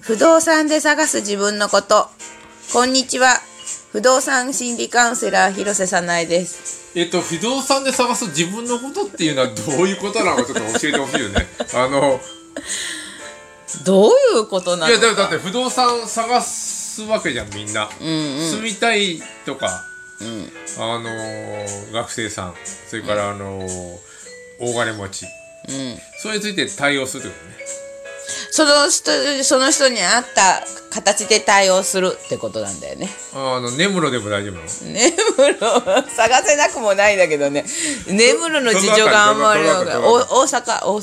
不動産で探す自分のこと。こんにちは。不動産心理カウンセラー広瀬さないです。えっと、不動産で探す自分のことっていうのはどういうことなのかちょっと教えてほしいよね。あの、どういうことなのいや、でもだって不動産探すわけじゃん、みんな。うん、うん、住みたいとか、うん、あのー、学生さん、それからあのー、大金持ち。うん。それについて対応するってことね。その人、その人に合った形で対応するってことなんだよね。あの、根室でも大丈夫なの根室、探せなくもないんだけどね。根室の事情があんまり大阪、大阪、大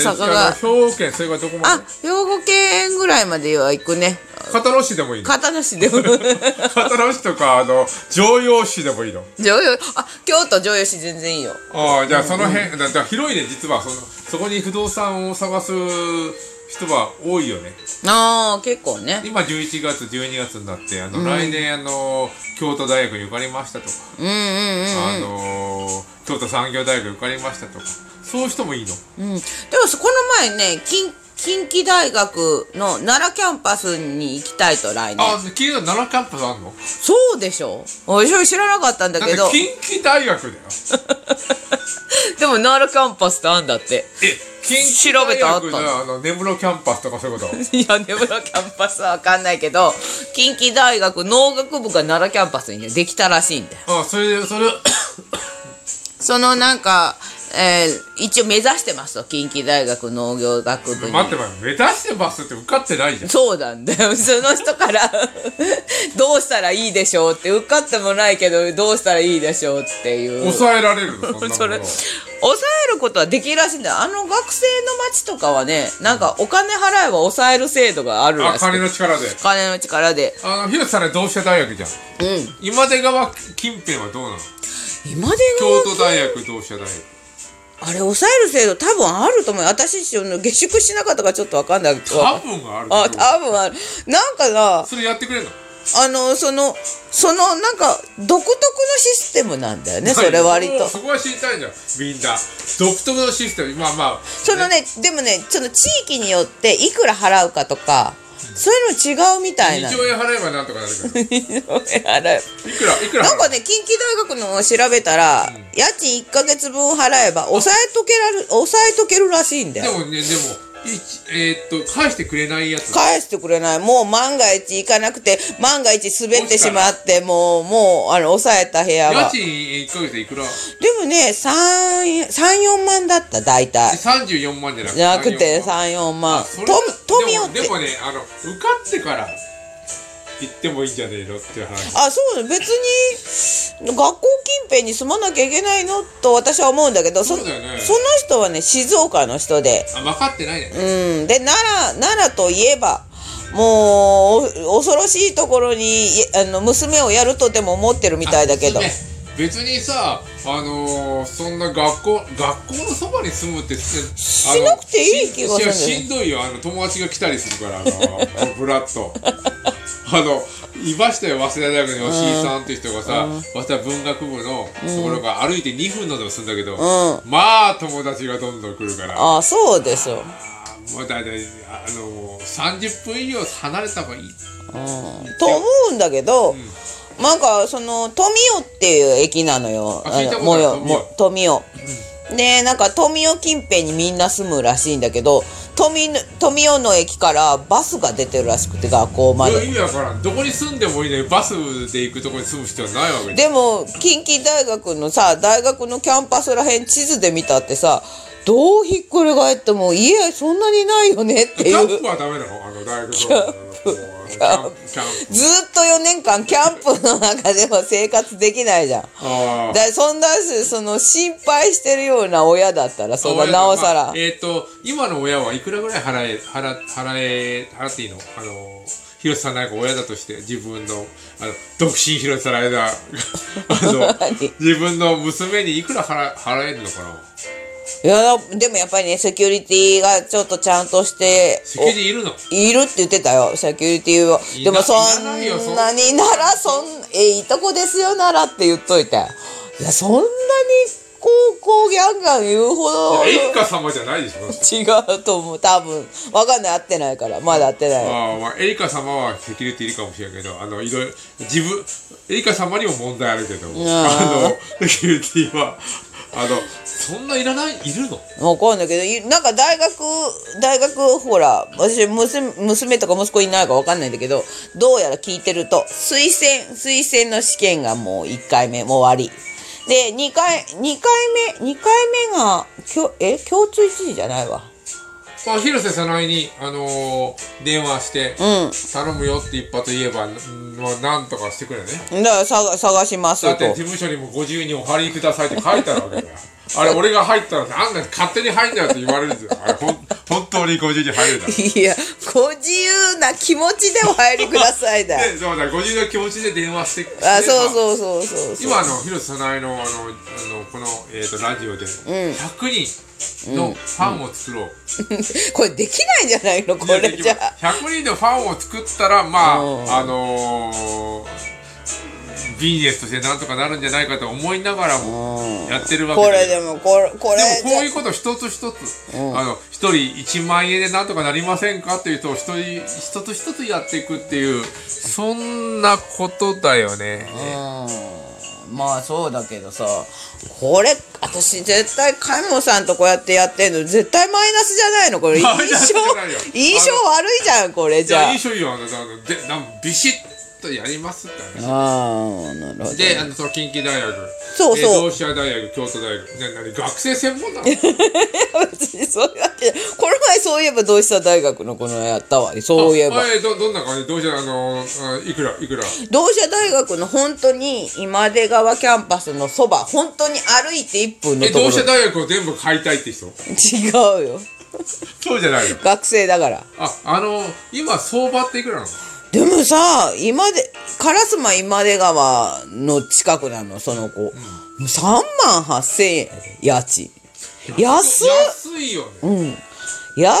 阪が。兵庫県、それがどこまであ、兵庫県ぐらいまでは行くね。片野市でもいいの片野市で も片野市とか、あの、常用市でもいいの常用、あ、京都常用市全然いいよ。ああ、じゃあその辺、うん、だ広いね、実は。そのそこに不動産を探す人は多いよねああ結構ね今11月12月になってあの、うん、来年あの京都大学に受かりましたとか、うんうんうんうん、あの京都産業大学受かりましたとかそういう人もいいの、うん、でもそこの前ね近近畿大学の奈良キャンパスに行きたいと来年あ近畿奈良キャンパスあんのそうでしょ私知らなかったんだけど近畿大学だよ でも奈良キャンパスってあんだって え近畿大学のあの根室キャンパスとかそういうこといや根室キャンパスは分かんないけど近畿大学農学部が奈良キャンパスにできたらしいんだよあそれでそれそのなんか、えー、一応目指してますと近畿大学農業学部に待って待って目指してますって受かってないじゃんそうなんだよ その人からどうしたらいいでしょうって受かってもないけどどうしたらいいでしょうっていう抑えられるのそんな抑えることはできるらしいんだよあの学生の町とかはねなんかお金払えば抑える制度があるらしい金の力で金の力であの広瀬さんは同志社大学じゃん、うん、今出川近辺はどうなの今出川京都大学同志社大学あれ抑える制度多分あると思う私その下宿しなかったからちょっと分かんないけど多分あるあ多分あるなんかさそれやってくれるのあの、その、その、なんか、独特のシステムなんだよね、それ割と。 そこは知りたいんだよ、みんな。独特のシステム、まあまあ。そのね、ねでもね、その地域によって、いくら払うかとか、そういうの違うみたいな。 2兆円払えばなんとかなるから。2兆円払え。いくら、いくら なんかね、近畿大学のを調べたら、うん、家賃1か月分払えば、抑えとけられ、抑えとけるらしいんだよ。でもね、でも。えー、っと返してくれないやつ返してくれないもう万が一行かなくて万が一滑ってしまってもうもうあの抑えた部屋は家賃1か月いくらでもね34万だった大体34万じゃなくてじゃなくて34万富をでもねあの受かってから行ってもいいんじゃねえのっていう話あそう別に学校近辺に住まなきゃいけないのと私は思うんだけどそそうだよ、ね、その人はね静岡の人であ分かってないねうんで奈良奈良といえばもう恐ろしいところにあの娘をやるとでも思ってるみたいだけど別にさあのー、そんな学校学校のそばに住むってしなくていい気がするしんどいよあの友達が来たりするからあの ー、ブラッとあのいましたよ早稲田大学の吉井さんっていう人がさ、早稲田文学部のところが歩いて2分のでもするんだけど、、うんまあ友達がどんどん来るからあそうでしょもう大体あのー、30分以上離れた方がいい、と思うんだけど、うんなんかその富代っていう駅なのよ。あのもよも富代。でなんか富代近辺にみんな住むらしいんだけど富富代の駅からバスが出てるらしくて学校まで意味わからんどこに住んでもいいのにバスで行くとこに住む必要ないわけでも近畿大学のさ大学のキャンパスらへん地図で見たってさどうひっくり返っても家そんなにないよねっていうキャンプはダメなのあの大学のずっと4年間キャンプの中では生活できないじゃん。だそんなその心配してるような親だったらそんななおさら。まあ、えっ、ー、と今の親はいくらぐらい払え払払え払っていいのあの広瀬さんなんか親だとして自分のあの独身広瀬さんの 間あの自分の娘にいくら払払えるのかな。いやでもやっぱりねセキュリティがちょっとちゃんとしてセキュリティいるのいるって言ってたよセキュリティをでもそんなにならそんえいいとこですよならって言っといていやそんなに高校ギャンガン言うほど一家様じゃないでしょ。違うと思う多分わかんない会ってないからまだ会ってないああまあ、エリカ様はセキュリティいるかもしれんけど、あの、いろいろ、自分、エリカ様にも問題あるけど、あの、セキュリティは、あの、そんないらない、いるのわかんないけどいなんか大学大学ほら私娘娘とか息子いないかわかんないんだけどどうやら聞いてると推薦推薦の試験がもう1回目もう終わりで2回二回目2回目がきょえ共通一時じゃないわまあ、広瀬さないに、あのー電話して、うん頼むよって一発言えば、んまあ、なんとかしてくれね。だから探探しますだっとて事務所にもご自由にお入りくださいって書いてあるわけだ よ。あれ、俺が入ったらさ、あんな勝手に入んなよって言われるんですよ。あれ、ほん、本当にご自由に入るだろ。いやご自由な気持ちでお入りくださいだ でそうだ、ご自由の気持ちで電話して。あそうう。そうそうそうそう今あの広瀬さないのあのあのこのえっ、とラジオで100人のファンを作ろう。 これできないんじゃないのこれじゃあ100人のファンを作ったらまあうんあのービジネスとしてなんとかなるんじゃないかと思いながらもやってるわけこれでもこれこれじでもこゃういうこと一つ一つ、あの一人1万円でなんとかなりませんかっていうと一人一つ一つやっていくっていうそんなことだよね。うんまあそうだけどさこれ私絶対神野さんとこうやってやってんの絶対マイナスじゃないのこれ印マイナス象じゃないよ印象悪いじゃんこれじじゃゃあいい処理はあのあのでなんビシッとやりますって話。ああーなるほどで、あの、その近畿大学、そうそうえー同志社大学、京都大学、な、なに、学生専門なの 別にそういうわけじゃこの前そういえば同志社大学のこのやったわそういえばあえーど、どんな感じ同志社、あのー、あいくら、いくら。同志社大学の本当に今出川キャンパスのそば本当に歩いて1分のえ、とこ同ろ志社大学を全部買いたいって人違うよそうじゃないの。学生だからあ、あのー、今、相場っていくらなのでもさ今で烏丸今出川の近くなのその子、3万8000円家賃安っ安いよね。安っ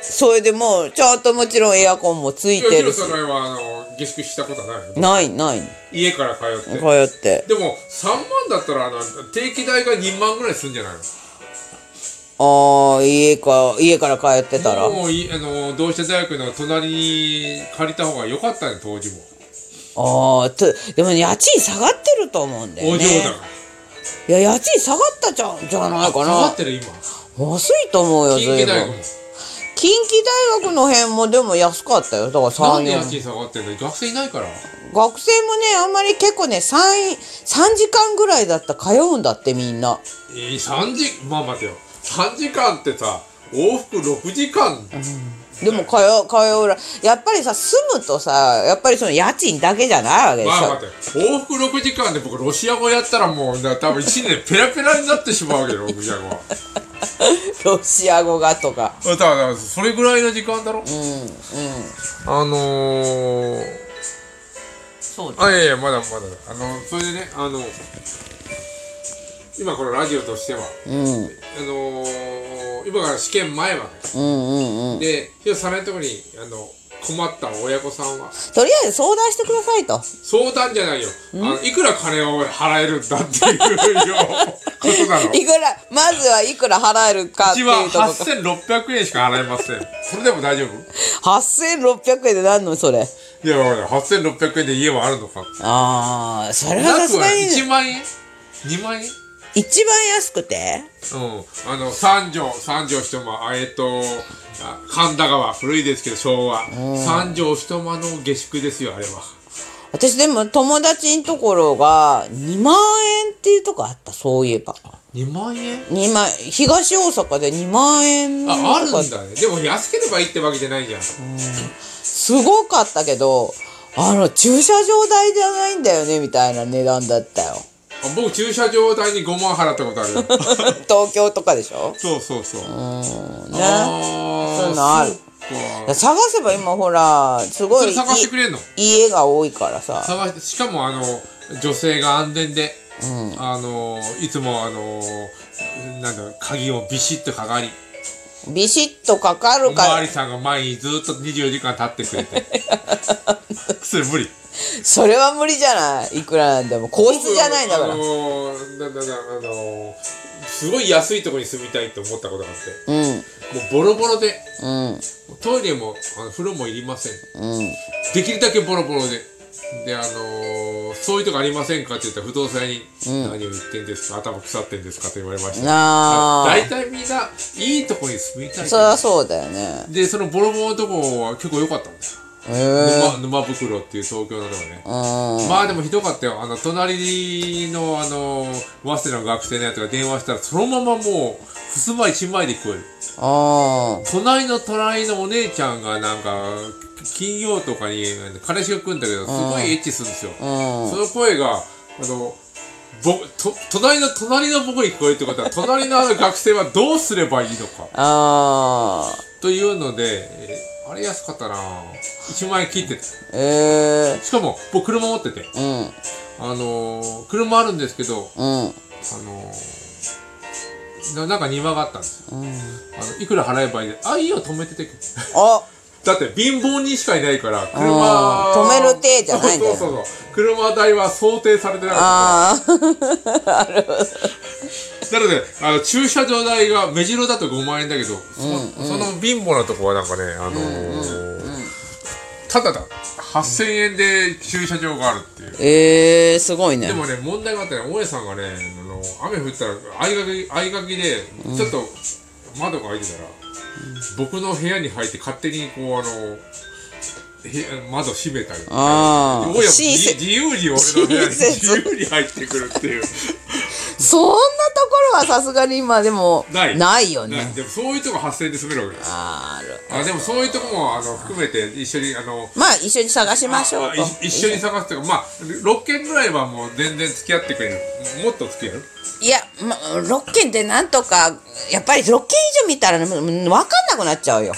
それでもうちゃんともちろんエアコンもついいやてる広し瀬さんは、あのー、下宿したことはないのないない家から通っ通て。ってでも、3万だったら、あの、定期代が2万ぐらいするんじゃないのああ家か家から通ってたらあもうい、あのー、同志社大学の隣に借りた方が良かったね、当時も。あーとでも家賃下がってると思うんだよおね嬢だから。いや家賃下がったじゃんじゃないか下がなってる今安いと思うよ近随畿大分学も近畿大学の辺もでも安かったよだからなん3で年家賃下がってんの学生いないから学生もねあんまり結構ね 3, 3時間ぐらいだったら通うんだってみんなえー、3時まあ待てよ3時間ってさ往復6時間でも通う通うらやっぱりさ住むとさやっぱりその家賃だけじゃないわけでしょ、まあ待てよ往復6時間で僕ロシア語やったらもうな多分1年ペラペラになってしまうわけよロシア語はロシア語がとかだからそれぐらいの時間だろうんうんあのー、そうだあいやいやまだまだあのそれでねあの今このラジオとしてはうんうんあのー、今から試験前までうんうんで、ひろさんのところにあの困った親御さんはとりあえず相談してくださいと相談じゃないよあのいくら金を払えるんだっていうよことな のいくらまずはいくら払えるかっうてちいはうとこか8600円しか払えませんそれでも大丈夫8600円で何のそれいやわかんない8600円で家はあるのかああそれはさなくすはがに1万円2万円一番安くてうん、あの三条三条一間あえっとあ神田川古いですけど昭和、三条一間の下宿ですよあれは私でも友達のところが2万円っていうとこあったそういえば2万円2万東大阪で2万円のとこあ、あるんだね。でも安ければいいってわけじゃないじゃん。すごかったけどあの駐車場代じゃないんだよねみたいな値段だったよ あ僕、駐車場代に5万払ったことある よ。東京とかでしょそうそうそう。うんねあそういうのあるそっか探せば今ほらすごそいれ探してくれんの家が多いからさ探して、しかもあの、女性が安全で、あの、いつもあの、なんだろう、鍵をビシッとかかり、ビシッとかかおるまわか りさんが前にずっと24時間立ってくれて。それ無理。それは無理じゃないいくらなんでも皇室じゃないんだからあのー、なんだなんだあのー、すごい安いところに住みたいと思ったことがあっうんてもうボロボロでうんトイレもあの風呂もいりませんうんできるだけボロボロで。で、あのーそういうとこありませんかって言ったら不動産屋に、何を言ってんですか頭腐ってんですかと言われました。なあ大体みんないいとこに住みたいそりゃそうだよねで、そのボロボロのとこは結構良かったんだよ。へえ沼沼袋っていう東京のとこね。うんまあでもひどかったよ。あの、隣の、あのー、早稲田の学生のやつが電話したら、そのままもう、襖一枚で聞こえる。あ隣の隣のお姉ちゃんがなんか金曜とかに彼氏が来るんだけどすごいエッチするんですよ、あうんその声があのぼと隣の隣の僕に聞こえるってことは隣のあの学生はどうすればいいのかああというので、えーあれ安かったな1万円切っててしええかも僕車持っててうんあのー車あるんですけどうんあのーななんか庭があったんですようんあのいくら払えばいいのあいいよ止めててあ だって貧乏人しかいないから、車止める手じゃないんだよそうそうそうそう。車代は想定されてなかっああた。なので、あの、駐車場代が目白だと5万円だけど、そその貧乏なとこはなんかね、あのーただだ、8000円で駐車場があるっていう。ええすごいねでもね、問題があってね、大家さんがね、あの雨降ったら、相掛け、相掛けで、ちょっと窓が開いてたら、僕の部屋に入って勝手にこう、あの、へ窓閉めたり。ああどうやら親自切自由に俺の部屋に親切自由に入ってくるっていうそんなところはさすがに今でもないないよねねでもそういうとこ発生で住めるわけですあるあでもそういうとこもあの含めて一緒にあのまあ一緒に探しましょうあとい一緒に探すというかまあ6軒ぐらいはもう全然付き合ってくれるもっと付き合ういや、ま、6件でなんとかやっぱり6件以上見たら、ね、もう分かんなくなっちゃうよ